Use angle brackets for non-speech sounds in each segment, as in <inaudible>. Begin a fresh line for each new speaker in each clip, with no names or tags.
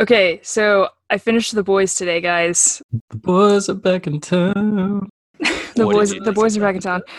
Okay, so I finished the boys today, guys.
The boys are back in town.
The
What
boys
did you
the
think
boys are back in town.
about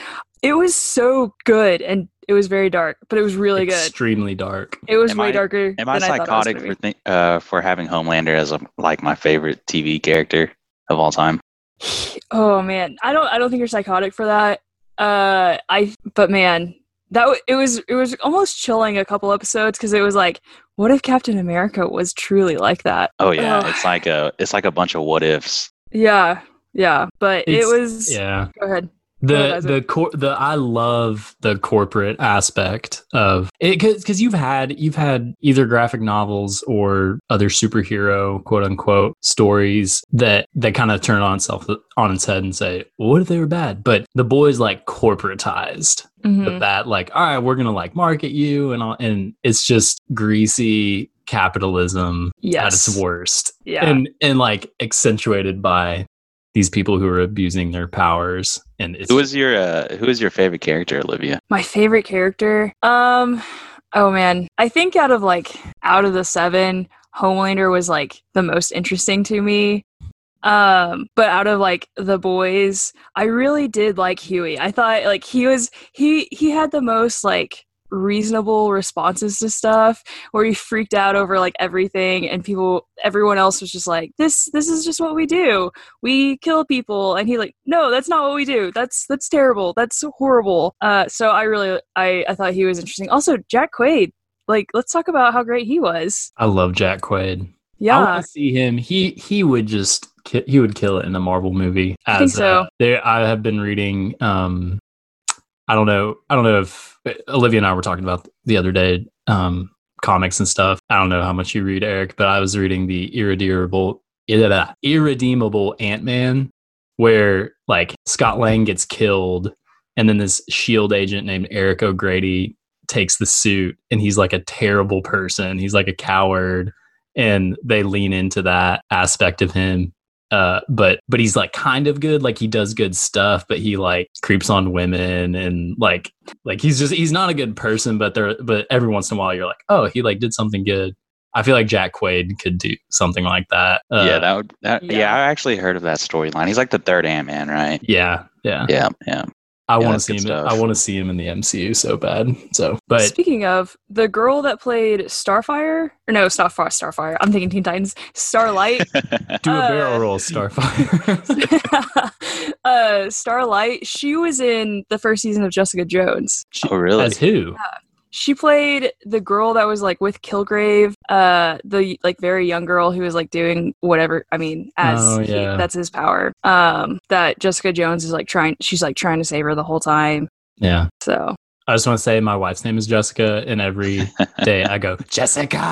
It was so good and it was very dark, but it was really good.
Extremely dark.
It was
Am
way
I-
darker.
Am I
than thought it
psychotic
was
for
gonna
th- uh, for having Homelander as a, like my favorite TV character of all time?
be. Oh man, I don't I don't think you're psychotic for that. Uh I but man, that w- it was it was almost chilling a couple episodes cuz it was like what if Captain America was truly like that?
Oh yeah,
Ugh.
it's like a it's like a bunch of what ifs.
Yeah. Yeah, but
It's-
it was
Yeah.
Go ahead.
the
Realize it.
the cor- the I love the corporate aspect of it because you've had you've had either graphic novels or other superhero quote unquote stories that that kind of turn it on itself on its head and say what if they were bad but the boys like corporatized
Mhm.
with that like all right we're gonna like market you and all, and it's just greasy capitalism at
Yes.
its worst
Yeah.
and and like accentuated by these people who are abusing their powers and it's
Who is your uh, who is your favorite character, Olivia?
My favorite character? Um oh man, I think out of like out of the 7, Homelander was like the most interesting to me. Um but out of like the boys, I really did like Huey. I thought like he was he he had the most like reasonable responses to stuff where he freaked out over like everything and people everyone else was just like this this is just what we do we kill people and he like no that's not what we do that's that's terrible that's horrible uh so i really i i thought he was interesting also jack quaid like let's talk about how great he was
i love jack quaid i
yeah
want to see him he he would just ki- he would kill it in a marvel movie
I think
as,
so.
uh, there i have been reading um i don't know i don't know if uh, olivia and i were talking about the other day um comics and stuff i don't know how much you read eric but i was reading the irredeemable irredeemable ant-man where like Scott Lang gets killed, and then this Shield E agent named Eric O'Grady takes the suit, and he's like a terrible person. He's like a coward, and they lean into that aspect of him. Uh, but but he's like kind of good, like he does good stuff, but he like creeps on women and like like he's just he's not a good person. But there but every once in a while you're like, oh, he like did something good. I feel like Jack Quaid could do something like that. Uh,
yeah, that would that, yeah.
yeah.
I actually heard of that storyline. He's like the third Ant Man, right?
yeah, yeah.
Yeah, yeah.
I
Yeah,
want to
that's
see
good
him.
stuff.
I want to see him in the MCU so bad. So, but
Speaking of the girl that played Starfire, or no, it's not Far Starfire. I'm thinking Teen Titans.
<laughs>
Starlight. <laughs>
do a
uh,
barrel roll, Starfire. <laughs>
uh, Starlight. She was in the first season of Jessica Jones.
oh really?
As who?
She played the girl that was like with Kilgrave, uh, the like very young girl who was like doing whatever. I mean, as
Oh,
he-
yeah.
that's his power. Um, that Jessica Jones is like trying. She's like trying to save her the whole time.
Yeah,
So <laughs>
I just want to say my wife's name is Jessica, and every day I go
<laughs>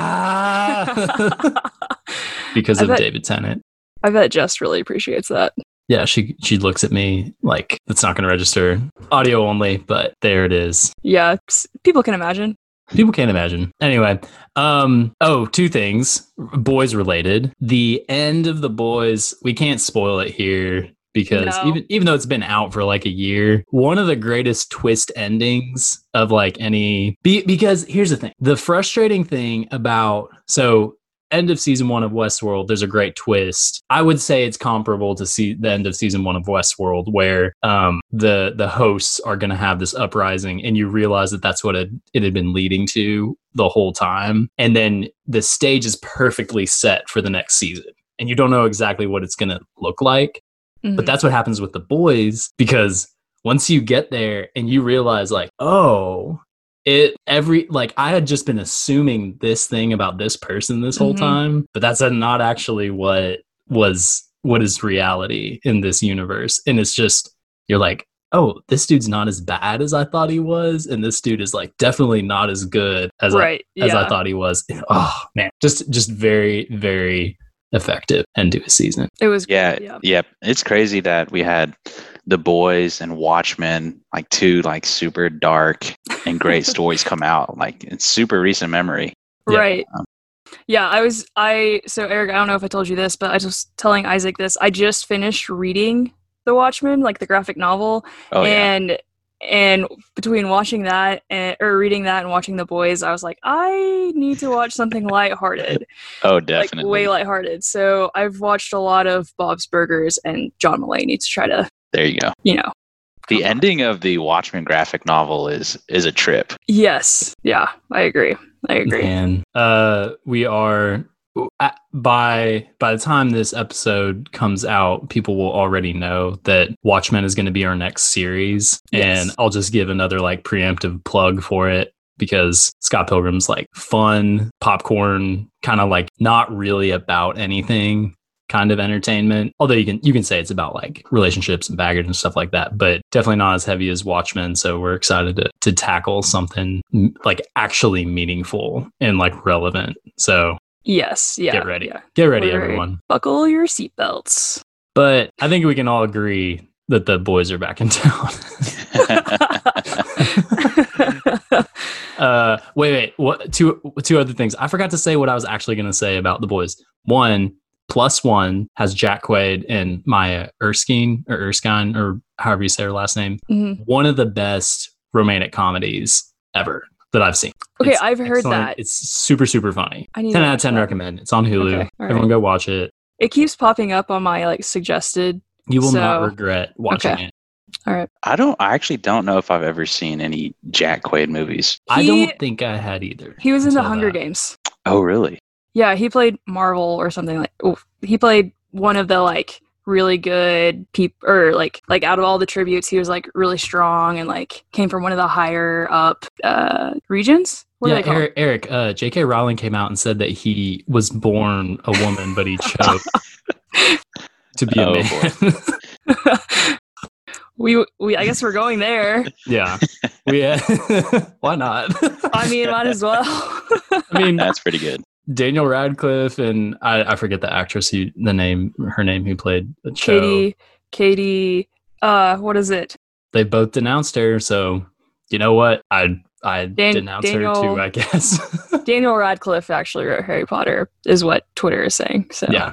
Jessica <laughs> because
I
of
bet-
David Tennant.
I bet Jess really appreciates that.
Yeah, she she looks at me like it's not going to register audio only, but there it is.
Yeah, s- people can imagine.
People can't imagine. Anyway, um, oh, two things, boys related. The end of the boys, we can't spoil it here because
No.
even even though it's been out for like a year, one of the greatest twist endings of like any be, because here's the thing. The frustrating thing about so end of season 1 of Westworld, there's a great twist. I would say it's comparable to see the end of season 1 of Westworld where um the the hosts are going to have this uprising and you realize that that's what it, it had been leading to the whole time and then the stage is perfectly set for the next season and you don't know exactly what it's going to look like but
Mhm.
that's what happens with the boys because once you get there and you realize like, oh, it every like I had just been assuming this thing about this person this whole
Mhm.
time, but that's not actually what was what is reality in this universe. And it's just you're like, oh, this dude's not as bad as I thought he was, and this dude is like definitely not as good as I
right.
as
yeah.
I thought he was. And, oh man, just just very very effective end to a season.
It was.
yeah,
Yeah.
yep. It's crazy that we had the boys and Watchmen, like two like super dark and
<laughs>
great stories come out like in super recent memory.
Yeah.
Right.
Um,
Yeah, I was I so Eric, I don't know if I told you this, but I was just telling Isaac this. I just finished reading The Watchmen, like the graphic novel,
Oh yeah.
and and between watching that and, or reading that and watching the boys i was like i need to watch something
<laughs>
lighthearted
Oh, definitely.
like way lighthearted so i've watched a lot of bob's burgers and john mulaney to try to
there you go.
you know
The
Come on.
ending of the Watchmen graphic novel is is a trip. <laughs>
yes yeah i agree i agree
And uh, we are I- by by the time this episode comes out, people will already know that Watchmen is going to be our next series.
Yes.
And I'll just give another like preemptive plug for it because Scott Pilgrim's like fun popcorn, kind of like not really about anything kind of entertainment. Although you can you can say it's about like relationships and baggage and stuff like that, but definitely not as heavy as Watchmen. So we're excited to to tackle something m- like actually meaningful and like relevant. So
yes yeah
Get ready.
yeah.
get ready,
We're ready.
everyone.
buckle your seatbelts
But I think we can all agree that the boys are back in <laughs> town. uh, wait, wait. What? Two two other things. I forgot to say what I was actually going to say about the boys. One plus one has Jack Quaid and Maya Erskine or Erskine or however you say her last name.
Mhm.
One of the best romantic comedies ever that I've seen.
okay
It's
i've heard
excellent.
that
It's super super funny.
I need
ten
to
out of
watch
ten
that.
recommend. It's on Hulu.
Okay, all
Everyone
right.
go watch it.
it keeps popping up on my like suggested
You will not
So-
regret watching
okay.
it.
I don't. I actually don't know if I've ever seen any Jack Quaid movies.
I
He-
don't think I had either.
he was in the
until
hunger
that.
games
Oh, really?
Yeah, he played Marvel or something like. Oh, he played one of the like really good people, or like like out of all the tributes, he was like really strong and like came from one of the higher up uh regions. What
yeah,
are they called?
Eric, Eric uh, J.K. Rowling came out and said that he was born a woman, but he
<laughs>
chose to be
Oh,
a man.
<laughs> we we I guess we're going there.
<laughs> yeah, we uh, <laughs> why not?
<laughs> I mean, might as well. <laughs>
I mean,
That's pretty good.
Daniel Radcliffe and I, I forget the actress who the name her name who played the show.
Katie, Katie, uh, what is it?
They both denounced her, so you know what? I I
Dan-
denounce her
Daniel-
too, I guess. <laughs>
Daniel Radcliffe actually wrote Harry Potter, is what Twitter is saying. So
yeah,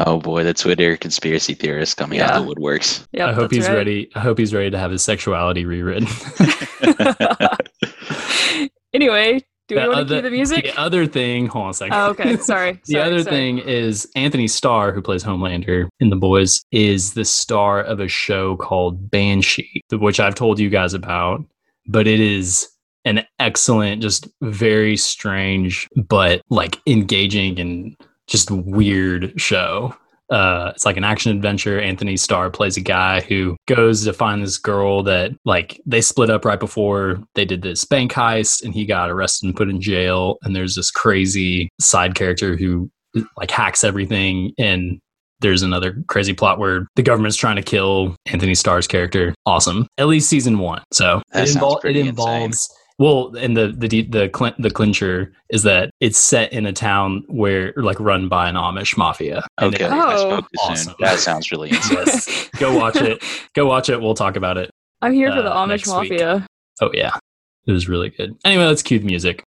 Oh boy, the Twitter conspiracy theorist coming out of the woodworks.
yep,
I hope
that's
he's
right.
ready. I hope he's ready to have his sexuality rewritten.
<laughs>
<laughs>
anyway, do we
The
want to
other-
cue the music?
<laughs> the other thing, hold on a second.
Oh,
<laughs>
okay, sorry.
The
sorry,
other
sorry.
thing is Anthony Starr, who plays Homelander in The Boys, is the star of a show called Banshee, th- which I've told you guys about. But it is an excellent, just very strange, but like engaging and just weird show. Uh, it's like an action adventure. Anthony Starr plays a guy who goes to find this girl that like they split up right before they did this bank heist, and he got arrested and put in jail. And there's this crazy side character who like hacks everything and there's another crazy plot where the government's trying to kill Anthony Starr's character. Awesome. At least season one. So
That
it,
sounds
invol- it
pretty
involves. Well, and the the de- the clin- the clincher is that it's set in a town where like run by an Amish mafia. And
Okay,
it-
I
Oh.
spoke too
Awesome.
soon. That sounds <laughs> really insane.
Yes.
<laughs>
Go watch it. Go watch it. We'll talk about it.
I'm here for the
uh,
Amish
next week.
Mafia.
Oh yeah, it was really good. Anyway, let's cue the music.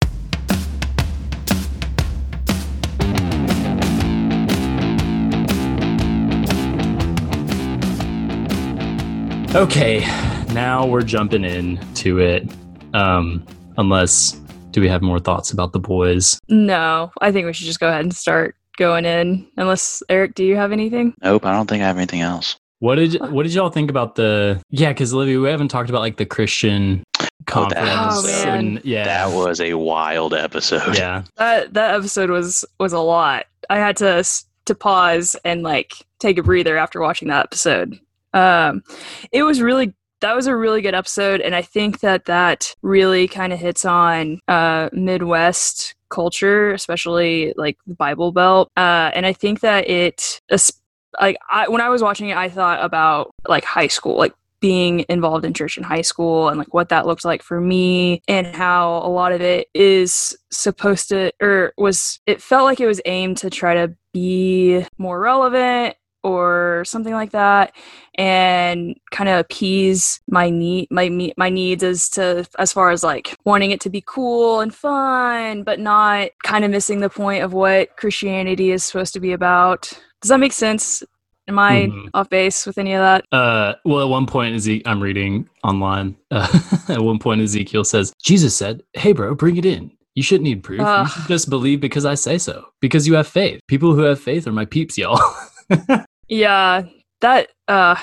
Okay, now we're jumping in to it. Um, unless, do we have more thoughts about the boys?
No, I think we should just go ahead and start going in. Unless Eric, do you have anything?
Nope, I don't think I have anything else.
What did what did y'all think about the? Yeah, because Olivia, we haven't talked about like the Christian
Oh,
conference.
that
was- Oh, man.
and- yeah,
That was a wild episode.
yeah.
That that episode was was a lot. I had to s- to pause and like take a breather after watching that episode. Um, it was really that was a really good episode, and I think that that really kind of hits on uh, Midwest culture, especially like the Bible Belt. Uh, and I think that it es- like I, when I was watching it, I thought about like high school, like being involved in church in high school and like what that looked like for me and how a lot of it is supposed to or was it felt like it was aimed to try to be more relevant or something like that and kind of appease my need my me- my needs as to as far as like wanting it to be cool and fun but not kind of missing the point of what Christianity is supposed to be about. Does that make sense? Am I
Mhm.
off base with any of that?
Uh, well, at one point, Ezek- I'm reading online. <laughs> Uh, at one point, Ezekiel says, Jesus said, Hey, bro, bring it in. You shouldn't need proof.
Ugh.
you should just believe because I say so, because you have faith. People who have faith are my peeps, y'all. <laughs>
Yeah, that uh,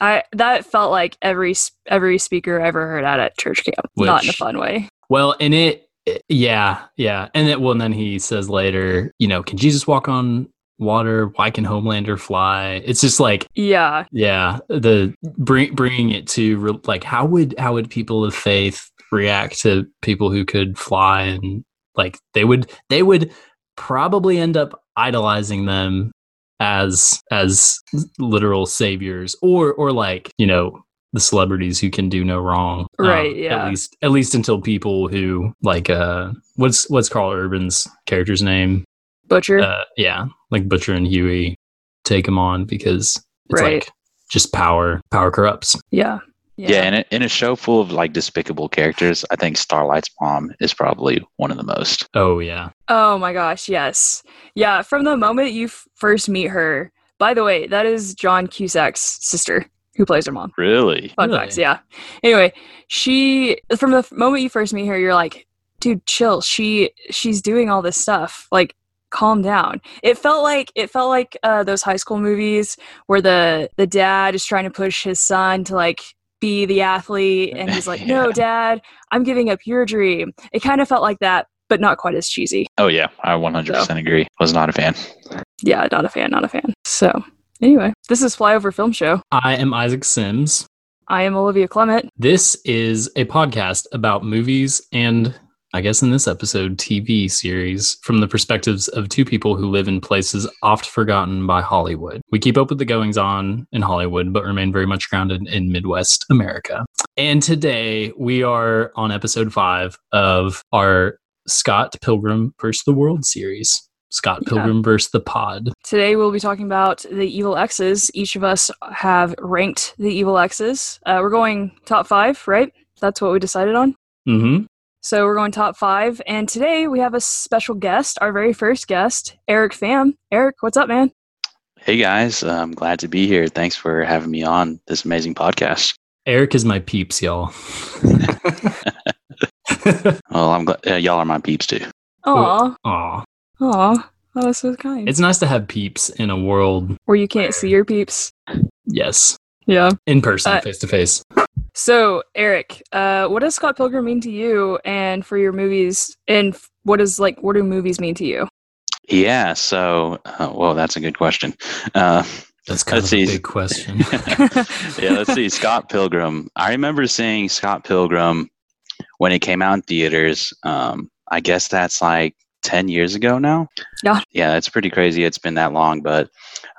I that felt like every s- every speaker I ever heard at at church camp, not in a
Which-
fun way.
well, and it, yeah, yeah. And it, well, and then he says later, you know, can Jesus walk on water? Why can Homelander fly? It's just like,
Yeah,
yeah, the bring, bringing it to re- like, how would, how would people of faith react to people who could fly and like they would, they would probably end up idolizing them as, as literal saviors or, or like, you know, the celebrities who can do no wrong. Um,
Right, yeah.
At least, at least until people who like, uh, what's, what's Carl Urban's character's name?
butcher.
uh, yeah, like Butcher and Huey take him on because it's
Right.
like just power. Power corrupts.
yeah,
Yeah, in, a, in a show full of like despicable characters, I think Starlight's mom is probably one of the most.
Oh yeah,
Oh my gosh, yes. Yeah, from the moment you f- first meet her. By the way, that is John Cusack's sister who plays her mom.
Really?
Fun
Really?
facts, yeah. Anyway, she from the f- moment you first meet her, you're like, dude, chill. She she's doing all this stuff. Like, calm down. It felt like it felt like uh, those high school movies where the the dad is trying to push his son to like be the athlete, and he's like, no,
Yeah.
dad, I'm giving up your dream. It kind of felt like that, but not quite as cheesy.
Oh yeah, I 100% agree. Was not a fan.
yeah, not a fan, not a fan. So, anyway, this is Flyover Film Show.
I am Isaac Sims.
I am Olivia Clement.
This is a podcast about movies and. I guess in this episode, TV series from the perspectives of two people who live in places oft forgotten by Hollywood. We keep up with the goings on in Hollywood, but remain very much grounded in Midwest America. And today we are on episode five of our Scott Pilgrim versus the World series. Scott
Yeah.
Pilgrim versus the Pod.
Today we'll be talking about the evil X's. Each of us have ranked the evil X's. Uh, we're going top five, right? That's what we decided on.
Mm-hmm.
So we're going top five, and today we have a special guest, our very first guest, Eric Pham. Eric, what's up, man?
Hey guys, Uh, I'm glad to be here. Thanks for having me on this amazing podcast.
Eric is my peeps, y'all. <laughs>
Well, I'm glad uh, y'all are my peeps too.
Aw,
Aw,
aw, that was so kind.
it's nice to have peeps in a world.
Where you can't see your peeps.
Yes,
Yeah.
in person,
Uh,
face to face.
So, Eric, uh, what does Scott Pilgrim mean to you and for your movies? And f- what is like, what do movies mean to you?
Yeah, so, uh, well, that's a good question. Uh, <laughs>
That's kind
Let's
of a
see.
big question.
<laughs>
<laughs>
yeah, let's see. Scott Pilgrim. I remember seeing Scott Pilgrim when it came out in theaters. Um, I guess that's like 10 years ago now.
Yeah.
Yeah, it's pretty crazy. It's been that long. But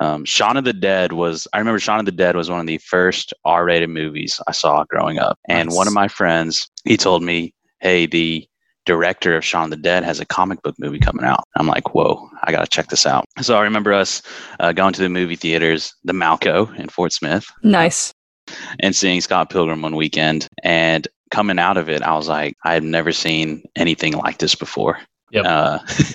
um, Shaun of the Dead was, I remember Shaun of the Dead was one of the first R rated movies I saw growing up. And
Nice.
one of my friends, he told me, hey, the director of Shaun of the Dead has a comic book movie coming out. I'm like, whoa, I got to check this out. So I remember us uh, going to the movie theaters, the Malco in Fort Smith
Nice. <laughs>
and seeing Scott Pilgrim one weekend. And coming out of it, I was like, I had never seen anything like this before.
Yep.
Uh, <laughs>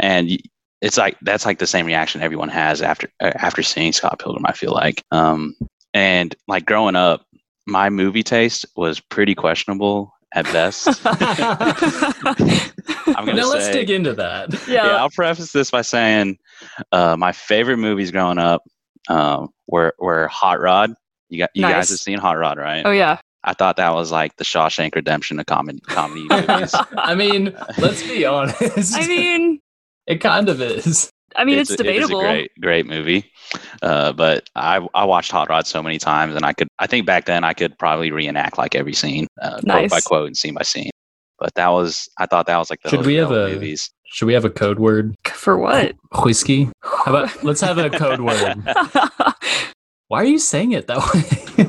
and y- it's like that's like the same reaction everyone has after uh, after seeing Scott Pilgrim. I feel like, um, and like growing up, my movie taste was pretty questionable at
<laughs>
best. I'm gonna
now let's
say-
dig into that.
Yeah.
yeah, I'll preface this by saying uh, my favorite movies growing up um, were were Hot Rod. You got you
Nice.
guys have seen Hot Rod, right?
Oh yeah.
I thought that was like the Shawshank Redemption of comedy
<laughs>
comedy movies.
<laughs> I mean, let's be honest.
I mean,
it kind of is.
I mean, it's,
a- it is
debatable.
a great, great movie. Uh, but I I watched Hot Rod so many times, and I could I think back then I could probably reenact like every scene, uh, quote by
Nice.
quote and scene by scene. But that was I thought that was like the
Should we have
Roosevelt
a-
movies.
Should we have a code word?
<laughs> For what?
Whiskey. How about let's have a code word. Why are you saying it that way?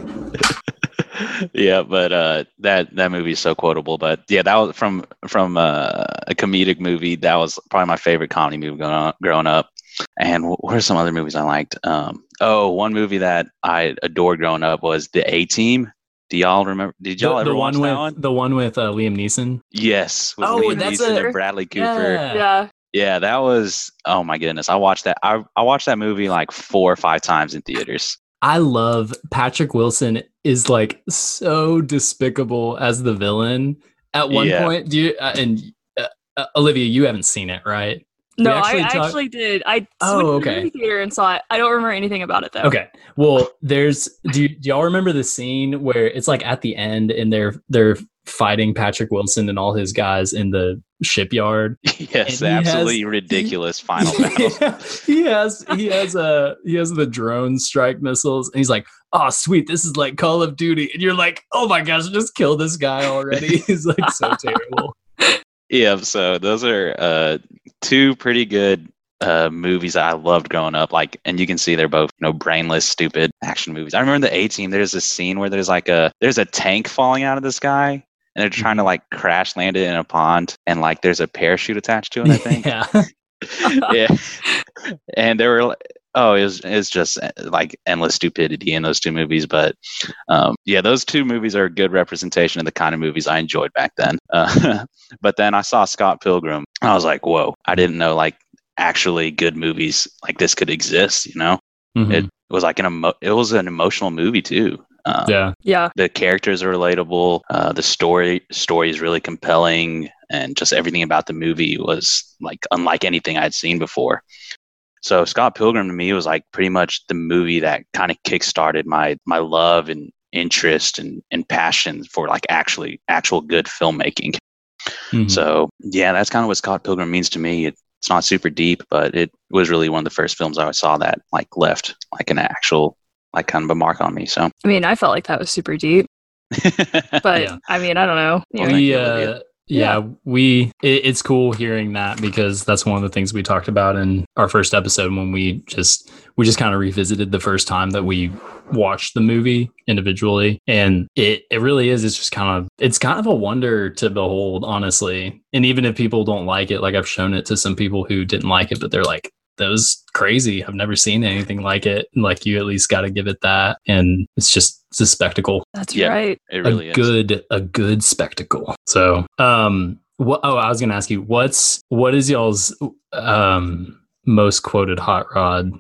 yeah, but uh, that that movie is so quotable. But yeah, that was from from uh, a comedic movie. That was probably my favorite comedy movie growing up. Growing up. And wh- what are some other movies I liked? Um, oh, one movie that I adored growing up was The A Team. Do y'all remember? Did
<laughs>
y'all
the,
ever
the
watch
one with
that one?
the one with uh, Liam Neeson.
Yes, with
Oh,
Liam
that's
Neeson
a-
and Bradley
<laughs>
Cooper.
yeah.
Yeah, that was oh my goodness. I watched that I, I watched that movie like four or five times in theaters. <laughs>
I love Patrick Wilson is like so despicable as the villain. At one
Yeah.
point, do you uh, and uh, uh, Olivia, you haven't seen it, right? We
No, I
actually talk-
actually did. I
Oh,
went to
okay.
the movie theater and saw it. I don't remember anything about it though.
Okay. Well, there's do, you, do y'all remember the scene where it's like at the end and they're they're fighting Patrick Wilson and all his guys in the shipyard?
yes,
And he has-
absolutely ridiculous
<laughs>
final battle.
Yeah. he has he has a he has the drone strike missiles and he's like, "Oh, sweet, this is like Call of Duty." And you're like, "Oh my gosh, just kill this guy already." <laughs> he's like
<laughs>
so terrible.
Yeah, so those are uh, two pretty good uh, movies that I loved growing up. Like, and you can see they're both you know brainless, stupid action movies. I remember in the A Team. There's this scene where there's like a there's a tank falling out of the sky, and they're trying to like crash land it in a pond, and like there's a parachute
<laughs>
attached to it. I think.
Yeah.
yeah, and there were. like- Oh, it was, it's just uh, like endless stupidity in those two movies. But um, yeah, those two movies are a good representation of the kind of movies I enjoyed back then. <laughs> Uh, but then I saw Scott Pilgrim and I was like, whoa, I didn't know like actually good movies like this could exist. You know,
Mhm.
it was like an emo- it was an emotional movie too. Uh,
yeah.
Yeah.
The characters are relatable. Uh, the story story is really compelling, and just everything about the movie was like unlike anything I'd seen before. So Scott Pilgrim to me was like pretty much the movie that kind of kickstarted my my love and interest and, and passion for like actually actual good filmmaking.
Mhm.
So yeah, that's kind of what Scott Pilgrim means to me. It, it's not super deep, but it was really one of the first films I saw that like left like an actual like kind of a mark on me. So, <laughs>
I mean, I felt like that was super deep, but
Yeah.
I mean, I don't know. You
Well,
know.
thank
we,
you,
uh,
Olivia.
yeah, we it, it's cool hearing that because that's one of the things we talked about in our first episode when we just we just kind of revisited the first time that we watched the movie individually and it it really is it's just kind of it's kind of a wonder to behold honestly and even if people don't like it like I've shown it to some people who didn't like it but they're like that was crazy I've never seen anything like it and like you at least got to give it that and it's just it's a spectacle
That's
Yeah.
right.
it really
a
is.
good a good spectacle. So, um, what? Oh, I was gonna ask you, what's what is y'all's um most quoted hot rod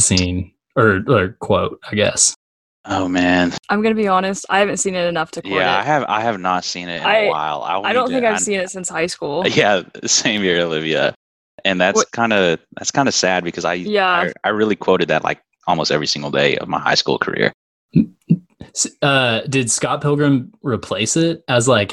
scene or or quote? I guess.
Oh man,
I'm gonna be honest. I haven't seen it enough to quote
yeah, I
it.
have I have not seen it in a
I-
while. I,
I, don't think I've
<laughs>
seen it since high school.
Yeah, same here, Olivia. And that's
What-
kind of that's kind of sad because I,
Yeah.
I I really quoted that like almost every single day of my high school career.
S- Uh, did Scott Pilgrim replace it as like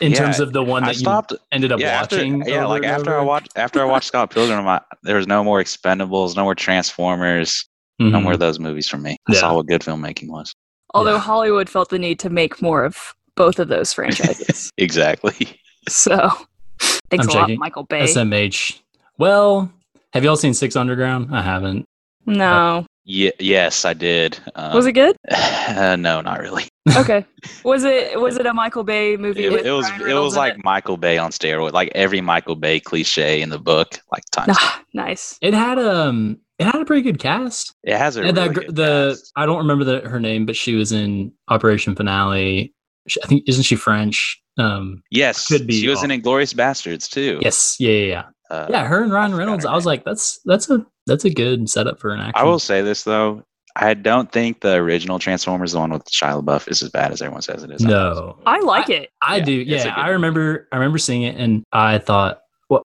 in
Yeah,
terms of the one
I
that
stopped
you ended up
yeah,
watching?
After, yeah,
over
like
and
after I
over?
watched after I watched Scott Pilgrim, I, there was no more Expendables, no more Transformers, no
Mhm.
more of those movies for me. I
Yeah.
saw what good filmmaking was. <laughs>
Although
Yeah.
Hollywood felt the need to make more of both of those franchises.
Exactly.
so <laughs> thanks
I'm
a lot,
checking.
Michael Bay.
SMH. Well, have y'all seen Six Underground? I haven't.
no.
Yeah, yes, I did. Um,
Was it good?
Uh, <laughs> no, not really.
Okay. Was it was it a Michael Bay movie?
It,
with
it was
Ryan
it
Reynolds
was
in
like Michael Bay on steroids, like every Michael Bay cliche in the book, like times.
Ah, nice.
It had um it had a pretty good cast.
It has a
Yeah,
really
that gr-
good
the
cast.
I don't remember the, her name, but she was in Operation Finale. She, I think isn't she French? Um,
Yes,
could be
she was
off.
in Inglorious Bastards too.
yes, yeah, yeah, yeah.
Uh,
yeah her and Ryan
forgot
Reynolds.
her
I was
name.
like, that's that's a that's a good setup for an action.
I will say this though. I don't think the original Transformers, the one with Shia LaBeouf, is as bad as everyone says it is.
No,
I like it.
I
Yeah,
do.
it's a
Yeah,
good
I
movie.
remember. I remember seeing it, and I thought, well,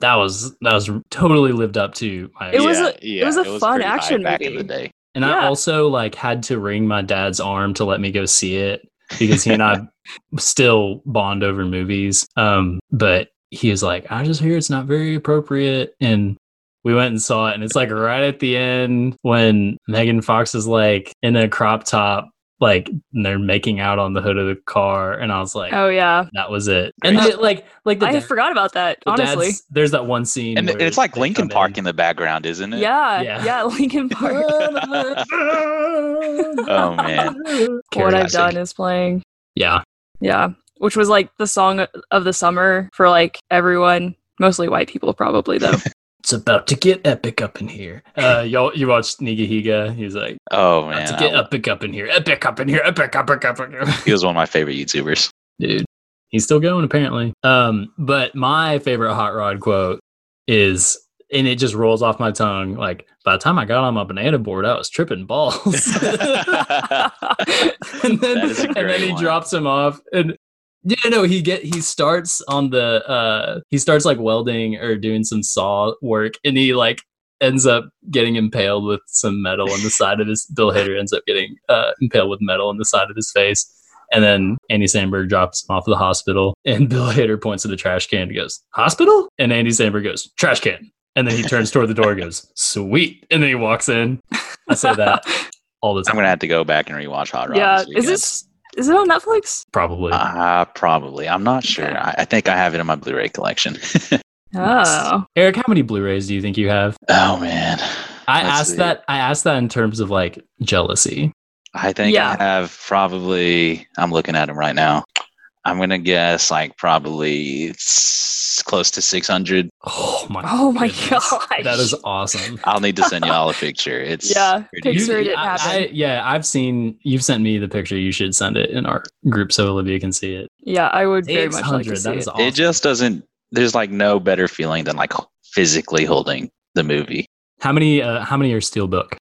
that was that was totally lived up to my.
It was a-
yeah,
was a fun
pretty high
action
back in the
movie.
day.
and I
yeah.
also like had to wring my dad's arm to let me go see it. because he
<laughs>
and I still bond over movies. Um, but he was like, I just hear it's not very appropriate. And we went and saw it, and it's like right at the end when Megan Fox is like in a crop top, like and they're making out on the hood of the car, and I was like,
Oh yeah.
that was it. And
Great.
the- like, like the
I
dad-
forgot about that,
the dad's-
honestly.
there's that one scene,
and
where
it's like
they
Lincoln
come
Park
<laughs>
in-
in the background, isn't it?
Yeah,
Yeah.
yeah, <laughs> Lincoln Park.
<laughs>
Oh,
<laughs>
man.
what I've
Classic.
done is playing.
Yeah,
Yeah, which was like the song of the summer for like everyone, mostly white people, probably
<laughs>
though.
it's about to get epic up in here. <laughs> Uh, y'all, you watched Nigahiga? He's like,
Oh
About
man,
to
I-
get <laughs> epic up in here, epic up in here, epic up, epic up, in here. <laughs>
he was one of my favorite YouTubers.
Dude, he's still going apparently. Um, but my favorite hot rod quote is and it just rolls off my tongue. Like by the time I got on my banana board, I was tripping balls. <laughs> and then
That is a
and then
great
he
one.
drops him off and yeah no he get he starts on the uh he starts like welding or doing some saw work and he like ends up getting impaled with some metal on the side of his bill hader ends up getting uh impaled with metal on the side of his face and then Andy Sandberg drops him off at the hospital, and <laughs> Bill Hader points at the trash can and goes, "Hospital?" And Andy Sandberg goes, "Trash can." And then he turns toward the door, and goes, "Sweet," and then he walks in. I say
<laughs>
that all the time.
I'm gonna have to go back and rewatch Hot Rod.
yeah,
this
is
weekend.
this is it on Netflix?
probably.
Uh, probably. I'm not sure.
Okay.
I, I think I have it in my Blu-ray collection.
Nice.
Oh,
Eric, how many Blu-rays do you think you have?
oh man.
I
Let's
asked
see.
that. I asked that in terms of like jealousy.
I think
Yeah.
I have probably. I'm looking at them right now. I'm gonna guess like probably s- close to 600.
Oh my!
Oh my
goodness.
gosh.
That is awesome.
I'll need to send y'all a picture. It's
Yeah, <laughs>
pretty-
picture it.
I-
happen.
I- yeah, I've seen. You've sent me the picture. You should send it in our group so Olivia can see it.
yeah, I would very
Six
much like to
hundred.
see
That is
it.
awesome.
It just doesn't. There's like no better feeling than like physically holding the movie.
How many? Uh, how many are steelbook?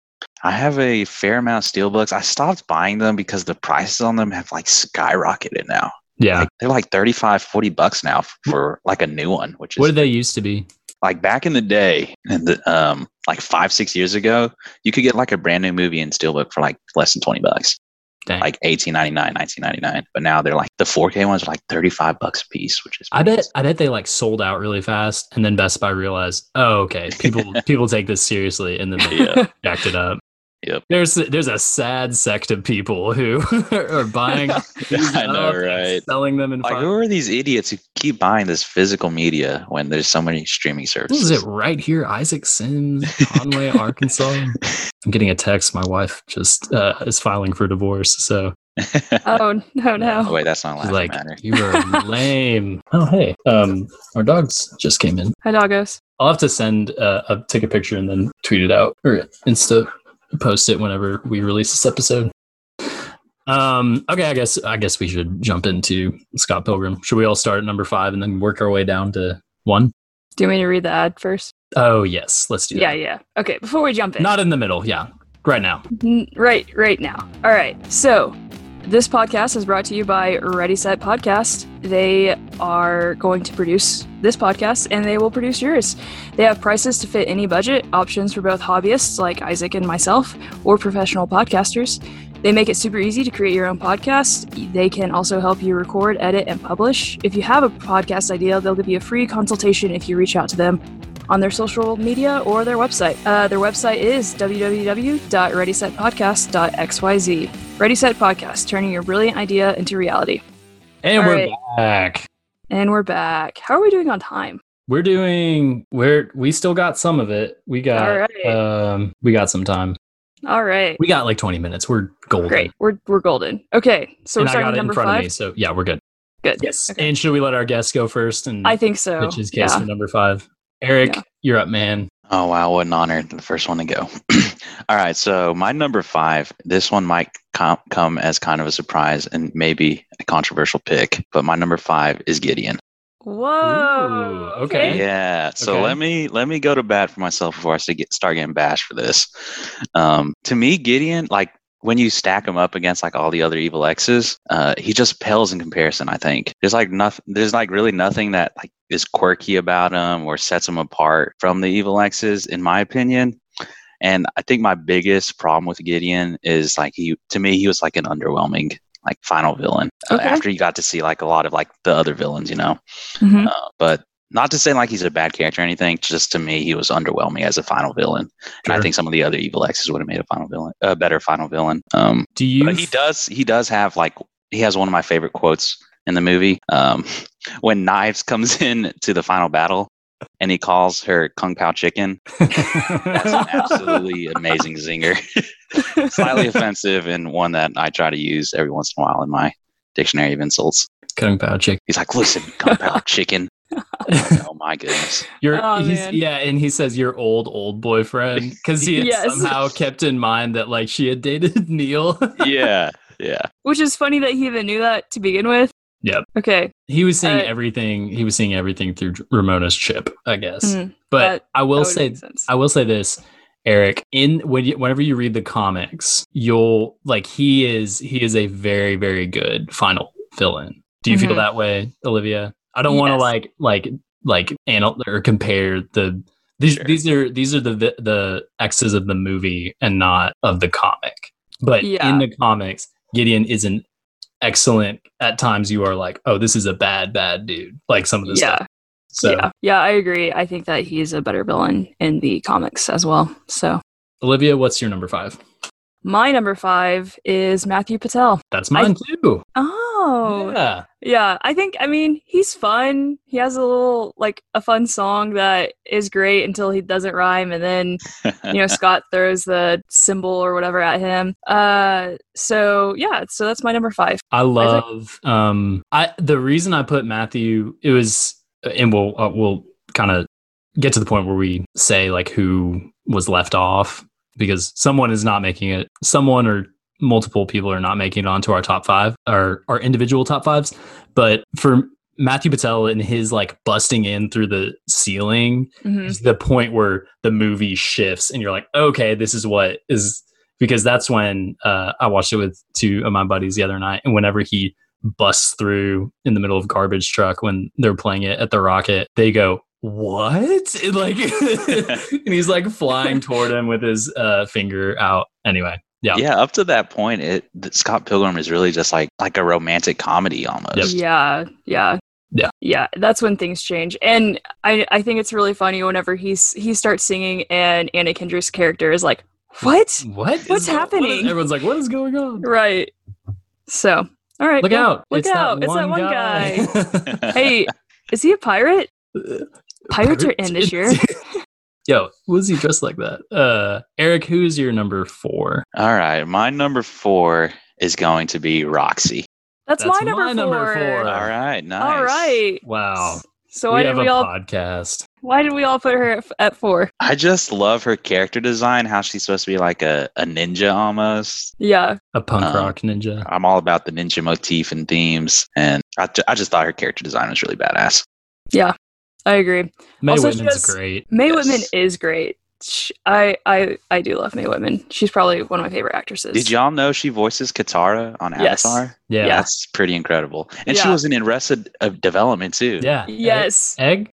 I have a fair amount of steelbooks. I stopped buying them because the prices on them have like skyrocketed now.
Yeah.
Like, they're like 35, 40 bucks now f- for like a new one, which is
what did they used to be?
like back in the day, and the, um, like five, six years ago, you could get like a brand new movie in steelbook for like less than 20 bucks,
Dang.
like 1899, 1999. But now they're like the 4K ones are like 35 bucks a piece, which is
I bet. I bet they like sold out really fast, and then Best Buy realized, oh, okay,
<laughs>
people people take this seriously, and then they <laughs>
Yeah.
jacked it up.
<laughs> Yep.
There's there's a sad sect of people who <laughs> are
<laughs>
buying. these
I know,
up and
right?
Selling them in
Like,
five.
who are these idiots who keep buying this physical media when there's so many streaming
This
services?
is it right here, Isaac Sims, Conway, Arkansas. I'm getting a text. My wife just uh, is filing for divorce, so
<laughs>
<laughs>
Oh no,
Oh,
no.
wait, that's not
she's
laughing
like,
matter.
"You
<laughs>
are lame." Oh hey, um, our dogs just came in.
Hi doggos.
I'll have to send uh, a take a picture and then tweet it out or insta post it whenever we release this episode. Um. Okay. I guess I guess we should jump into Scott Pilgrim. Should we all start at number five and then work our way down to one?
Do you want me to read the ad first?
Oh yes, let's do
Yeah,
that.
yeah. Okay, before we jump in.
Not in the middle. Yeah. Right now.
N- right, right now. All right. So, this podcast is brought to you by Ready Set Podcast. They are going to produce this podcast and they will produce yours. They have prices to fit any budget, options for both hobbyists like Isaac and myself, or professional podcasters. They make it super easy to create your own podcast. They can also help you record, edit, and publish. If you have a podcast idea, they'll give you a free consultation if you reach out to them on their social media or their website. Uh, their website is www.readysetpodcast.xyz. Ready Set Podcast, turning your brilliant idea into reality.
And
All
we're
right.
back.
And we're back. How are we doing on time?
We're doing. We're we still got some of it. We got.
All right.
Um. We got some time.
All right.
We got like twenty minutes. We're golden.
Great. We're, we're golden. Okay. So
and
we're
I
starting
got
with
it in
number
front
five.
of me. So yeah, we're good.
Good.
Yes.
Okay.
And should we let our guests go first? And
I think so.
which is case
yeah.
for number five. Eric,
Yeah.
you're up, man.
Oh wow, what an honor! The first one to go. <clears throat> All right, so my number five. This one might com- come as kind of a surprise and maybe a controversial pick, but my number five is Gideon.
Whoa.
Ooh, okay.
Yeah. So
Okay.
let me let me go to bat for myself before I st- get, start getting bashed for this. Um, to me, Gideon, like when you stack him up against like all the other evil X's, uh, he just pales in comparison. I think there's like nothing. There's like really nothing that like is quirky about him or sets him apart from the evil X's, in my opinion. And I think my biggest problem with Gideon is like he to me he was like an underwhelming like final villain uh,
Okay.
after you got to see like a lot of like the other villains, you know.
<laughs> Mhm.
Uh, but not to say like he's a bad character or anything. Just to me, he was underwhelming as a final villain, and I
Sure.
think some of the other evil exes would have made a final villain, a better final villain. Um,
Do you?
but he
<laughs>
does, he does have like he has one of my favorite quotes in the movie um, <laughs> when Knives comes <laughs> in to the final battle, and he calls her Kung Pao Chicken. That's an absolutely amazing zinger. <laughs> Slightly offensive and one that I try to use every once in a while in my dictionary of insults.
Kung Pao chick. <laughs>
He's like, "Listen, Kung Pao Chicken." Oh my goodness.
You're,
Aw,
he's,
Oh, man.
yeah, and he says your old old boyfriend because he had
Yes.
somehow kept in mind that like she had dated <laughs> Neil.
yeah, yeah,
Which is funny that he even knew that to begin with. Okay.
He was seeing
Uh,
everything. He was seeing everything through Ramona's chip, I guess.
Mm,
but
that-
I
that
will
would
say
make sense.
I will say this, Eric. In when you, whenever you read the comics, you'll like he is he is a very very good final villain. Do you feel
Mhm.
that way, Olivia? I don't want to
Yes.
like like like anal- or compare the these
Sure.
these are these are the vi- the X's of the movie and not of the comic. But
Yeah.
in the comics, Gideon is an excellent. At times, you are like, oh, this is a bad bad dude. Like some of this
yeah.
stuff. So.
Yeah. Yeah, I agree. I think that he's a better villain in the comics as well. So
Olivia, what's your number five?
my number five is Matthew Patel.
That's mine too.
Oh. Yeah.
yeah.
I think I mean he's fun. He has a little like a fun song that is great until he doesn't rhyme and then you know Scott throws the symbol or whatever at him. Uh so yeah, so that's my number five.
I love. Um, I the reason I put Matthew it was, and we'll uh, we'll kind of get to the point where we say like who was left off because someone is not making it. Someone or multiple people are not making it onto our top five or our individual top fives. But for Matthew Patel and his like busting in through the ceiling
Mhm.
the point where the movie shifts and you're like, okay, this is what is because that's when uh, I watched it with two of my buddies the other night, and whenever he busts through in the middle of garbage truck when they're playing it at the Rocket, they go. What? <laughs> And like, and he's like flying toward him with his uh, finger out. Anyway, yeah,
<laughs> yeah, up to that point, it th- Scott Pilgrim is really just like like a romantic comedy almost. <laughs>
Yeah, yeah.
Yeah.
Yeah, that's when things change. And I I think it's really funny whenever he's he starts singing and Anna Kendra's character is like, "What?"
what? is-
What's
what is-
happening?
everyone's like, what is going on?
Right. So, all right.
Look
cool.
out!
Look out. It's that one
<laughs>
Hey, is he a pirate?
guy.
Pirates are
Pirate
in this
in
year.
<laughs> Yo, was he dressed like that? Uh, Eric, who's your number four?
All right, my number four is going to be Roxy.
That's,
That's
my number
my
four.
number four.
All right, nice.
All right.
Wow,
So
we
why
have
did
a
we all
podcast.
why did we all put her at, f- at four?
I just love her character design, how she's supposed to be like a, a ninja almost.
Yeah.
A punk
Um,
rock ninja.
I'm all about the ninja motif and themes, and I, ju- I just thought her character design was really badass.
I agree.
May
also, she
Whitman's
does-
great.
May
Yes.
Whitman is great. Sh I I I do love May Whitman. She's probably one of my favorite actresses.
Did y'all know she voices Katara on
Yes.
Avatar?
Yeah,
yeah.
yeah.
That's pretty incredible. And she
Yeah.
was in Arrested of Development too.
Egg-
Yes.
Egg,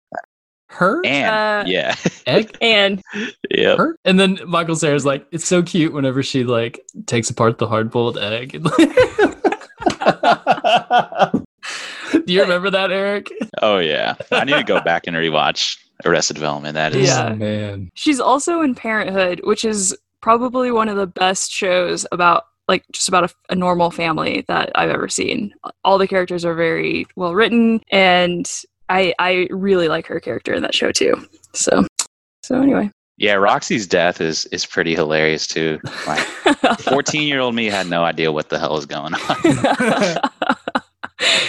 her,
And
Uh,
yeah, <laughs>
egg,
And
yep.
her, and then Michael Sarah's like, it's so cute whenever she like takes apart the hard boiled egg. <laughs> Do you remember that, Eric?
Oh yeah, I need to go back and rewatch Arrested Development. That is
Yeah.
Oh, man.
she's also in Parenthood, which is probably one of the best shows about like just about a, a normal family that I've ever seen. All the characters are very well written, and I I really like her character in that show too. So so anyway,
yeah. Roxy's death is is pretty hilarious too.
<laughs>
<laughs> Like, fourteen year old me had no idea what the hell is going on.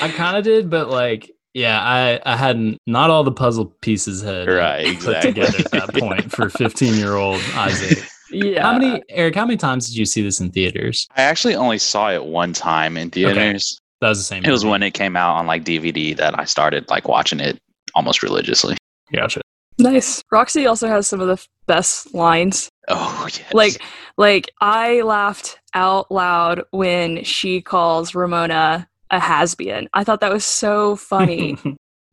I kind of did, but like, yeah, I I hadn't not all the puzzle pieces had
Right,
put
exactly.
together at that
<laughs>
point for fifteen year old Isaac.
yeah.
How many Eric? How many times did you see this in theaters?
I actually only saw it one time in theaters.
That was the same.
It was
movie.
when it came out on like DVD that I started like watching it almost religiously.
Gotcha.
Nice. Roxy also has some of the f- best lines.
Oh yes.
Like like I laughed out loud when she calls Ramona a has-been. I thought that was so funny.
<laughs>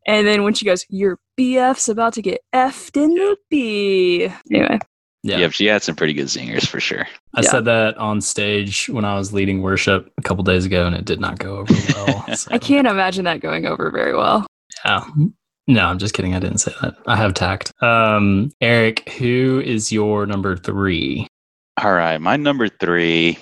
And then when she goes, Your BF's about to get effed in the B. Anyway.
yeah.
Yep, she had some pretty good singers for sure.
<laughs> I
Yeah.
said that on stage when I was leading worship a couple days ago, and it did not go over
<laughs>
well. so-
I can't imagine that going over very well.
Yeah. No, I'm just kidding. I didn't say that. I have tact. Um, Eric, who is your number three?
All right, my number three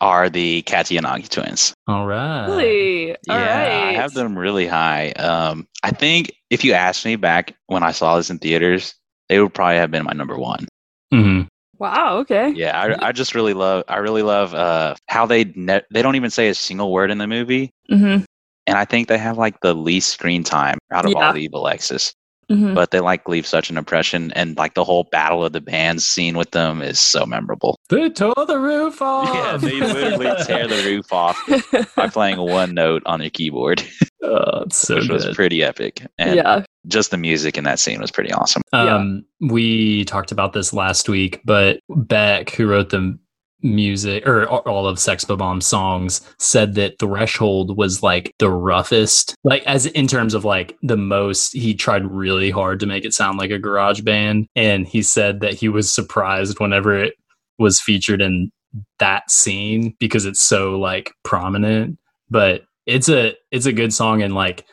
are the Katianagi twins.
All right.
Really? All
Uh, yeah, I
right.
have them really high. Um, I think if you asked me back when I saw this in theaters, they would probably have been my number one.
Mhm.
Wow, okay.
Yeah, I, I just really love. I really love uh, how they ne- they don't even say a single word in the movie,
Mm-hmm.
and I think they have like the least screen time out of
Yeah.
all the evil X's.
Mhm.
but they like leave such an impression. And like the whole battle of the bands scene with them is so memorable.
They tore the roof off.
Yeah, they literally
<laughs>
tear the roof off
mm-hmm. <laughs>
by playing one note on your keyboard, <laughs>
Oh, it's so
which
good.
was pretty epic. And
yeah.
just the music in that scene was pretty awesome. <laughs>
Yeah.
Um, we talked about this last week, but Beck, who wrote the music or a- all of Sex Bomb's songs, said that Threshold was like the roughest, like as in terms of like the most. He tried really hard to make it sound like a garage band, and he said that he was surprised whenever it was featured in that scene because it's so like prominent. But it's a it's a good song and like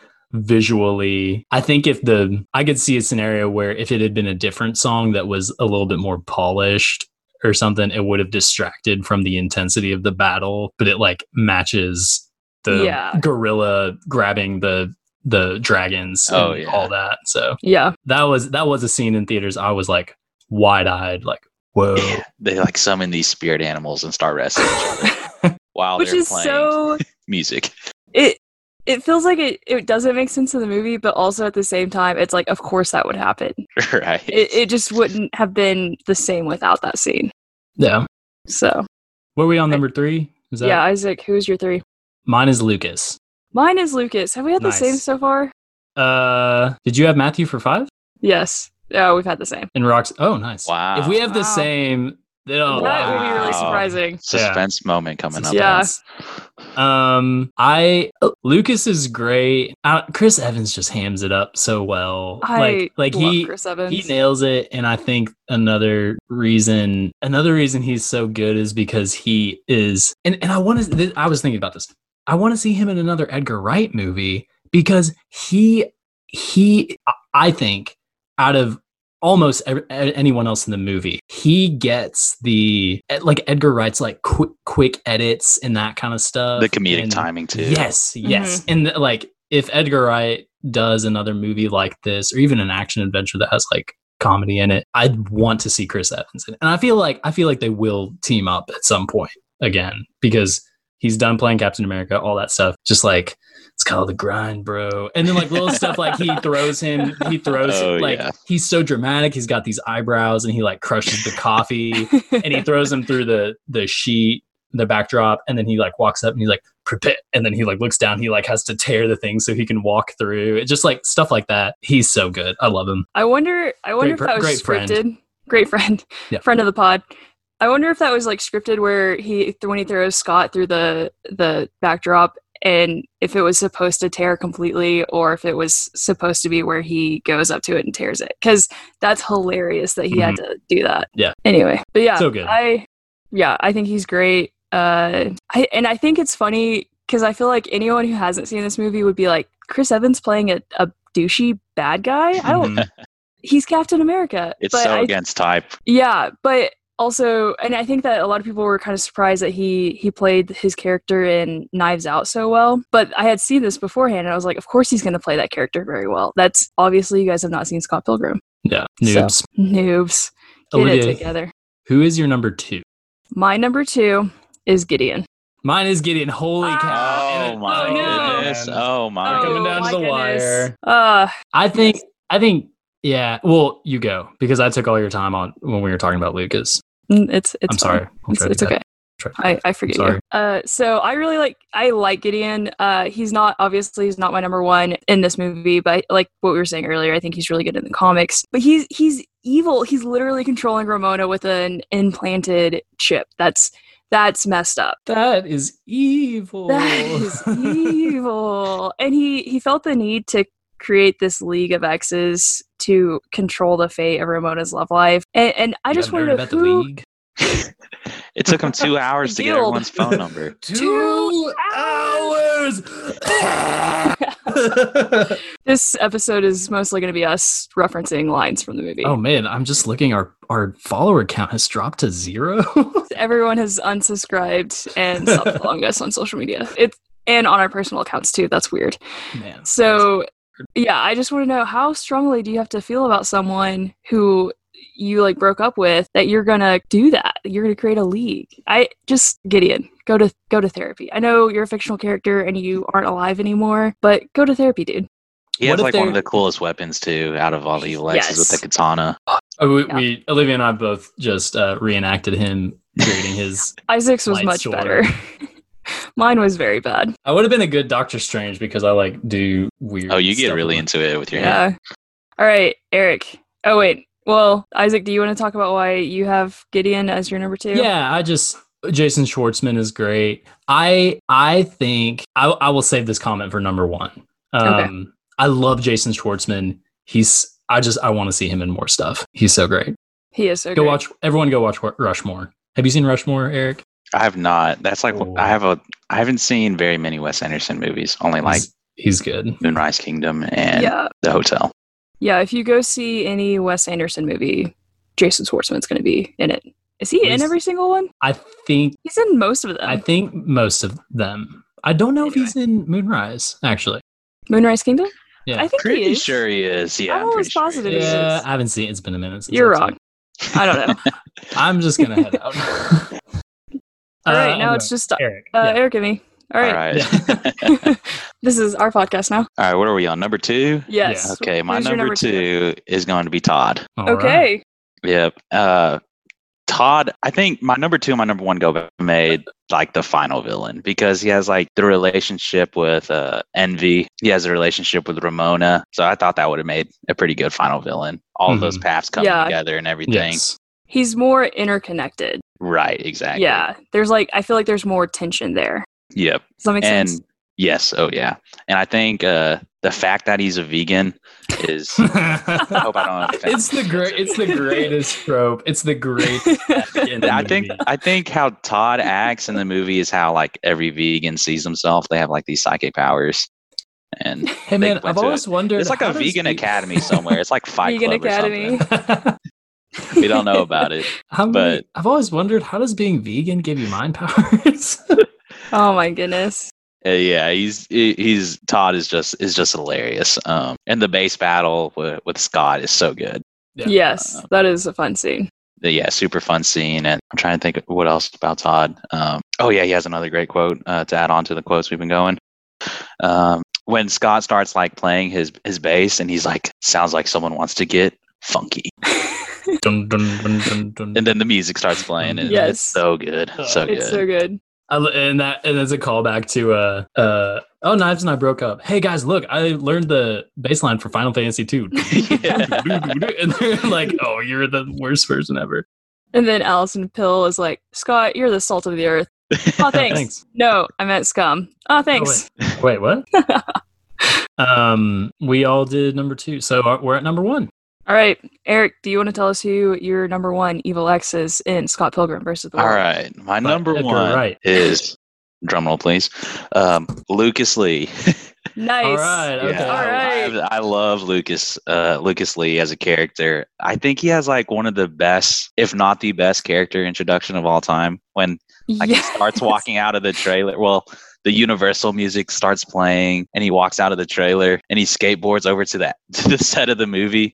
visually i think if the i could see a scenario where if it had been a different song that was a little bit more polished or something it would have distracted from the intensity of the battle but it like matches the
Yeah.
gorilla grabbing the the dragons
Oh,
and
yeah.
all that so
Yeah.
that was that was a scene in theaters i was like wide-eyed like whoa
<laughs>
<laughs>
Yeah, they like summon these spirit animals and start wrestling each other while
Which
they're
is
playing
so
music. <laughs>
it it feels like it, it doesn't make sense in the movie, but also at the same time, it's like of course that would happen.
right.
It it just wouldn't have been the same without that scene.
yeah
So
were we on number three is that
yeah, Isaac, who's your three?
mine is lucas
Mine is Lucas. Have we had the
Nice.
same so far?
uh did you have matthew for five
Yes. Yeah, we've had the same.
And rocks. Oh, nice.
Wow.
If we have the
Wow.
same, then oh,
that would be really
wow.
surprising.
Suspense moment coming up.
Yeah.
Um, I Lucas is great. Uh, Chris Evans just hams it up so well.
I
like, like
love
he
Chris Evans.
he
<laughs>
nails it. And I think another reason, another reason he's so good is because he is. And and I want to. I was thinking about this. I want to see him in another Edgar Wright movie because he he I- I think out of almost ev- a- anyone else in the movie he gets the eh, like Edgar Wright's like quick quick edits and that kind of stuff
The comedic
And-
timing too.
Yes, yes. And like if Edgar Wright does another movie like this or even an action adventure that has like comedy in it, I'd want to see Chris Evans in it. And I feel like I feel like they will team up at some point again because he's done playing Captain America, all that stuff. Just like it's called the grind, bro. And then like little stuff like he throws him, he throws
<laughs> Oh,
like
yeah.
he's so dramatic. He's got these eyebrows and he like crushes the coffee and he throws him through the the sheet the backdrop and then he like walks up and he's like prepare and then he like looks down he like has to tear the thing so he can walk through it just like stuff like that he's so good i love him
I wonder. I wonder
Great fr-
if that was
great friend.
scripted. Great friend,
<laughs> Yeah.
friend of the pod. I wonder if that was like scripted, where he th- when he throws Scott through the the backdrop, and if it was supposed to tear completely, or if it was supposed to be where he goes up to it and tears it, because that's hilarious that he had to do that.
Mm-hmm. Yeah.
Anyway, but yeah,
So good.
I yeah, I think he's great. Uh, I and I think it's funny because I feel like anyone who hasn't seen this movie would be like Chris Evans playing a, a douchey bad guy. I don't
Mhm.
he's Captain America.
It's
but
so
I,
against type.
yeah, but also, and I think that a lot of people were kind of surprised that he he played his character in Knives Out so well. But I had seen this beforehand, and I was like, of course he's going to play that character very well. That's obviously you guys have not seen Scott Pilgrim.
Mm-hmm.
yeah noobs
Noobs, get it
olivia
together.
who is your number two
My number two is Gideon.
mine is getting holy cow
Ah,
and
Oh
it-
my
oh, no.
goodness. Oh my
We're coming
goodness.
down to
my
the wire.
Uh,
i think i think yeah well you go because i took all your time on when we were talking about lucas
mm, it's it's
i'm
fine.
sorry I'll
It's,
try to
it's
cut-
okay.
try to-
I, I forget
sorry.
you. Uh, so I really like I like Gideon. Uh, he's not obviously he's not my number one in this movie, but like what we were saying earlier, I think he's really good in the comics. But he's he's evil. He's literally controlling Ramona with an implanted chip. That's that's messed up.
that is evil
That
<laughs>
is evil. And he he felt the need to create this league of exes to control the fate of Ramona's love life. And, and I
You
just
haven't
want
heard
to know
about the
who.
league
It took him two hours to get
Guild.
everyone's phone number.
<laughs>
Two
hours.
This episode is mostly going to be us referencing lines from the movie.
<laughs> oh man, I'm just looking. Our our follower count has dropped to zero. <laughs>
Everyone has unsubscribed and stopped following us on social media. It's and on our personal accounts too. That's weird.
man,
So, yeah, I just want to know how strongly do you have to feel about someone who you like broke up with that you're gonna do that? You're gonna create a league. I just Gideon, go to go to therapy. I know you're a fictional character and you aren't alive anymore, but go to therapy, dude.
He
What
has
if
like one of
they're-
the coolest weapons too, out of all the evil exes with
Yes.
the katana.
Oh, we,
Yeah.
we Olivia and I both just uh, reenacted him creating his.
Isaac's was
Light
much
sword.
better. Mine was very bad.
I would have been a good Doctor Strange because I like do weird.
Oh, you get
stuff
really
with-
into it with your hand.
Yeah. All right, Eric. Oh wait. Well, Isaac, do you want to talk about why you have Gideon as your number two?
Yeah, I just Jason Schwartzman is great. I I think I, I will save this comment for number one. Um,
Okay.
I love Jason Schwartzman. He's I just I want to see him in more stuff. He's so great.
He is so
Go
great.
watch everyone. Go watch Wa- Rushmore. Have you seen Rushmore, Eric?
I have not. That's like
Ooh.
I have a. I haven't seen very many Wes Anderson movies. Only like
he's, he's good.
Moonrise Kingdom and
Yeah.
The Hotel.
Yeah. If you go see any Wes Anderson movie, Jason Schwartzman's going to be in it. Is he in
He's-
every single one?
I think
He's in most of them.
I think most of them. I don't know if he's in Moonrise actually.
Moonrise Kingdom.
Yeah.
I think
Pretty
he is.
sure he is. Yeah,
I'm
pretty
almost
sure he
positive
is.
he
Yeah,
is.
I haven't seen. It's been a minute. Since
You're
I've seen
wrong. I don't know.
<laughs>
<laughs> it. I'm just gonna head out.
<laughs> All right,
Uh,
now
I'm
it's
going.
just uh,
Eric. yeah.
Eric and me. All
All
right.
right.
<laughs>
<laughs>
Yeah.
this is our podcast now.
All right. What are we on? Number two.
Yes.
Okay, my
Who's your
number, two, is going to be Todd.
All right.
Okay.
Yep. Uh, Todd, I think my number two and my number one go back made like the final villain because he has like the relationship with uh, Envy. He has a relationship with Ramona. So I thought that would have made a pretty good final villain. All of those paths coming
Mm-hmm. Yeah.
together and everything.
Yes.
He's more interconnected.
Right. Exactly.
Yeah. There's like, I feel like there's more tension there.
Yep.
Does that make
and
sense? <laughs>
yes. Oh, yeah. And I think uh, the fact that he's a vegan is. I hope I don't.
<laughs>
offend-
it's the great. It's the greatest trope. It's the
<laughs>
great. in the
I think
movie.
I think how Todd acts in the movie is how like every vegan sees himself. They have like these psychic powers, and
Hey man,
went
I've
to
always wondered.
it's like
how
a
does
vegan
ve- <laughs>
academy somewhere. It's like Fight
Vegan
Club or
Academy.
something. We don't know about it.
How many,
But-
I've always wondered how does being vegan give you mind
<laughs>
powers?
<laughs> Oh my goodness.
Uh, yeah, he's he- he's Todd is just is just hilarious. Um, and the base battle with, with Scott is so good.
Yeah.
Yes. That is a fun scene.
The- yeah, super fun scene. And I'm trying to think of what else about Todd. Um, oh yeah, he has another great quote uh, to add on to the quotes we've been going. Um, when Scott starts like playing his his bass, and he's like, "Sounds like someone wants to get funky,"
dun, dun, dun, dun, dun.
and then the music starts playing, and
Yes. Uh,
it's so good, so
<laughs>
good.
It's so good.
I, lo- and that and that's a callback to uh uh oh knives and I broke up. Hey guys, look, I learned the baseline for Final Fantasy two.
<laughs>
<laughs>
<laughs> Yeah.
and they're like, oh, you're the worst person ever.
And then Allison Pill is like, Scott, you're the salt of the
<laughs>
earth. Oh, thanks.
Thanks.
No, I meant scum. Oh, thanks. <laughs>
Wait, what? um, we all did number two, so uh, we're at number one.
All right. Eric, do you want to tell us who your number one evil ex is in Scott Pilgrim versus the
All
World?
right, my
But
number
Edgar
one
Wright.
is drumroll, please. Um, Lucas Lee.
Nice.
All right, okay.
Yeah, I,
All
I- I love Lucas uh, Lucas Lee as a character. I think he has like one of the best, if not the best, character introduction of all time. When like
Yes.
he starts walking out of the trailer, well, the Universal music starts playing, and he walks out of the trailer, and he skateboards over to that <laughs> to the set of
<laughs>
the movie.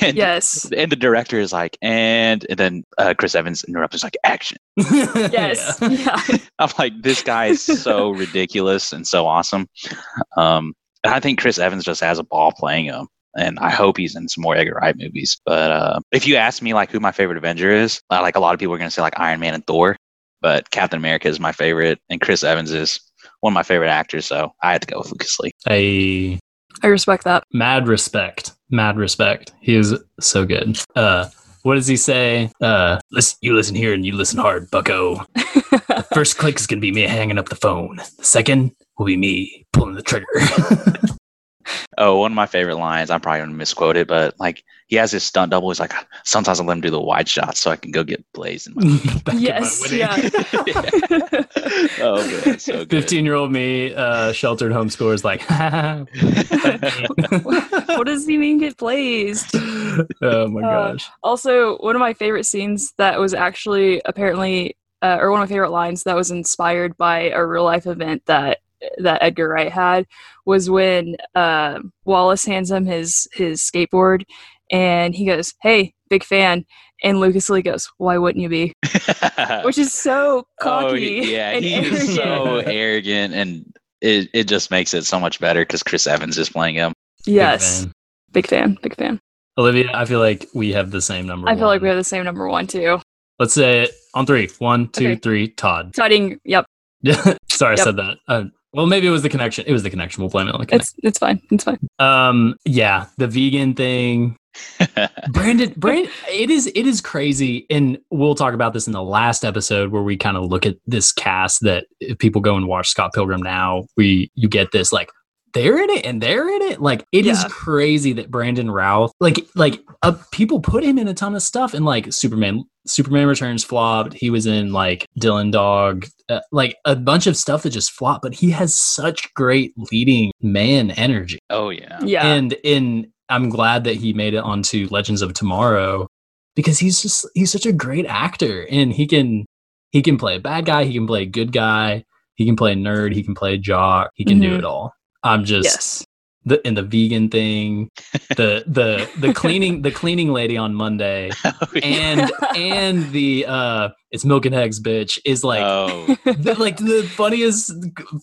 and, <laughs>
Yes.
and the director is like, and, and then uh, Chris Evans interrupts, is like, action.
<laughs>
Yes.
Yeah.
<laughs> Yeah.
I'm like, this guy is so ridiculous and so awesome. Um, and I think Chris Evans just has a ball playing him. And I hope he's in some more Edgar Wright movies. But uh, if you ask me, like, who my favorite Avenger is, uh, like, a lot of people are going to say, like, Iron Man and Thor. But Captain America is my favorite. And Chris Evans is one of my favorite actors. So I had to go with Lucas Lee.
A
I respect
<laughs>
that. <laughs>
mad respect, mad respect. He is so good. Uh, what does he say? Uh, listen, you listen here and you listen hard, Bucko. The first click is gonna be me hanging up the phone. The second will be me pulling the trigger. <laughs>
Oh, one of my favorite lines. I'm probably going to misquote it, but like, he has his stunt double. He's like, sometimes I let him do the wide shot so I can go get
<laughs>
blazed. In my-
Back in
Yes,
my winning.
yeah.
<laughs> oh, man. it's
<laughs>
So good.
15 year old me, uh, sheltered homeschooler is like, <laughs> oh
what does he mean get blazed?
oh my
Uh,
gosh.
Also, one of my favorite scenes that was actually apparently, uh, or one of my favorite lines that was inspired by a real life event that that Edgar Wright had was when uh, Wallace hands him his his skateboard, and he goes, "Hey, big fan." And Lucas Lee goes, "Why wouldn't you
<laughs>
be?" Which is so cocky.
Oh, he- yeah,
and
he
arrogant.
<laughs> is so arrogant, and it, it just makes it so much better because Chris Evans is playing him.
Yes.
fan.
Big fan. Big fan.
Olivia, I feel like we have the same number.
I feel like we
one.
have the same number one too.
Let's say it on three. One, two,
Okay.
three, Todd. <laughs>
Tutting. Yep.
Sorry, I
Yep.
said that. Uh, well, maybe it was the connection. It was the connection. We'll blame it on the connection.
It's it's fine. It's fine.
Um, yeah, the vegan thing. Brandon, Brandon, it is it is crazy, and we'll talk about this in the last episode where we kind of look at this cast. That if people go and watch Scott Pilgrim now, we you get this like they're in it and they're in it. Like it is
Yeah.
crazy that Brandon Routh, like like uh, people put him in a ton of stuff, and like Superman, Superman Returns flopped. He was in like Dylan Dog, uh, like a bunch of stuff that just flopped. But he has such great leading man energy
oh yeah.
Yeah.
and in I'm glad that he made it onto Legends of Tomorrow because he's just he's such a great actor and he can he can play a bad guy, he can play a good guy, he can play a nerd, he can play a jock, he can do
Mhm.
it all. I'm just
yes.
the and the vegan thing, the the
<laughs>
the cleaning the cleaning lady on Monday
<laughs>
<laughs>
and and the uh it's milk and eggs bitch is <laughs> like
oh,
<laughs> the, like the funniest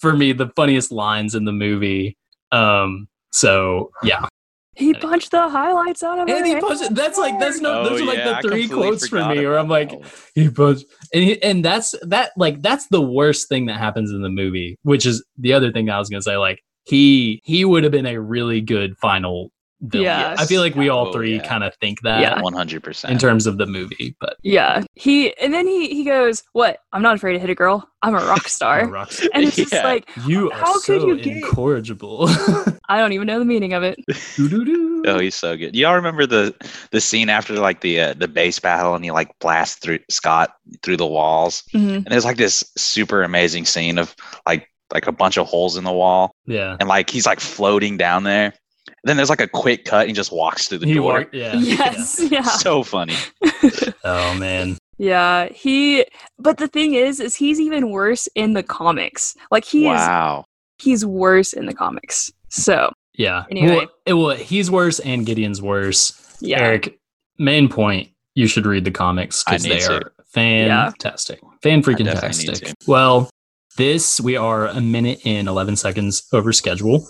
for me the funniest lines in the movie. Um so yeah,
he punched the highlights out of it.
And he posted. That's like that's no.
Oh,
those are like
yeah, I
the three
completely
quotes for
forgot
me, where I'm
about
like
that one.
he posted, and he, and that's that like that's the worst thing that happens in the movie, which is the other thing that I was gonna say. Like he he would have been a really good final villain.
Yeah.
I feel like we all
Oh,
three
yeah.
kind of think that
Yeah.
One hundred percent.
in terms of the movie, but
Yeah. He and then he he goes, "What? I'm not afraid to hit a girl. I'm
<laughs>
a rock
I'm a
star."
rock star.
and it's just
<laughs> Yeah.
like
you are
How could
so
you get-
incorrigible. <laughs>
I don't even know the meaning of it.
Doo-doo-doo.
Oh, he's so good. Y'all remember the the scene after like the uh, the base battle and he like blasts through Scott through the walls
Mhm.
and there's like this super amazing scene of like like a bunch of holes in the wall
yeah.
and like he's like floating down there. And then there's like a quick cut and he just walks through the
He
door.
walked. Yeah.
Yes. Yeah. <laughs>
So funny.
yeah. Oh man.
Yeah, he but the thing is is he's even worse in the comics. Like he is
wow.
he's worse in the comics. So,
Yeah.
Anyway.
Well, it, well, he's worse and Gideon's worse.
yeah.
Eric, main point, you should read the comics because
I need
they
to.
are fantastic. Fan freaking
definitely need
fantastic. Well, this we are a minute and eleven seconds over schedule.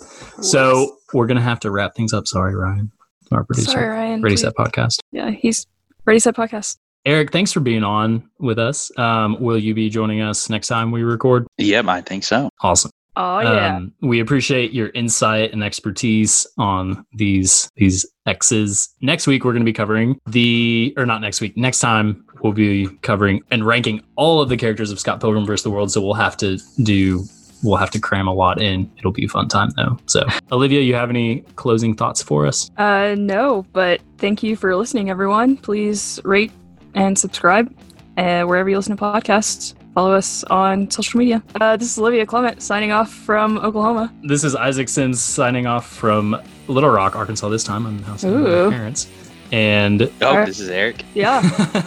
So we're gonna have to wrap things up. Sorry, Ryan. Our producer.
Sorry, Ryan.
Ready
dude.
set podcast.
Yeah, he's Ready Set Podcast.
Eric, thanks for being on with us. Um, will you be joining us next time we record?
Yep, I think so.
Awesome.
Oh yeah.
Um, we appreciate your insight and expertise on these these X's. Next week we're going to be covering the or not next week. Next time we'll be covering and ranking all of the characters of Scott Pilgrim vs. the World. So we'll have to do we'll have to cram a lot in. It'll be a fun time though. So Olivia, you have any closing thoughts for us?
Uh, no, but thank you for listening, everyone. Please rate and subscribe uh, wherever you listen to podcasts. Follow us on social media. Uh, this is Olivia Clement signing off from Oklahoma.
This is Isaac Sims signing off from Little Rock, Arkansas. This time I'm in the house of
Ooh.
my parents. And <laughs> uh,
Oh,
Alright.
this
<laughs>
is Eric
Yeah.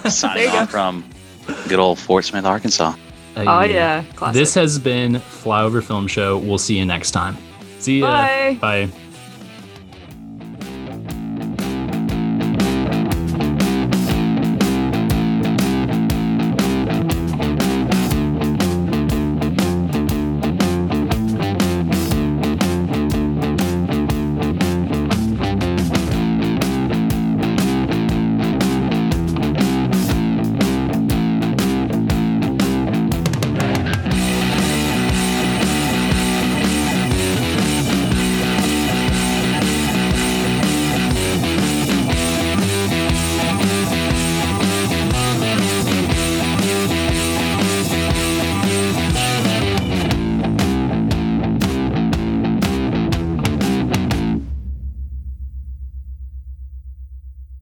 signing
There you
on
go.
from good old Fort Smith, Arkansas.
oh, yeah. Classic.
This has been Flyover Film Show. We'll see you next time. See ya.
Bye.
Bye.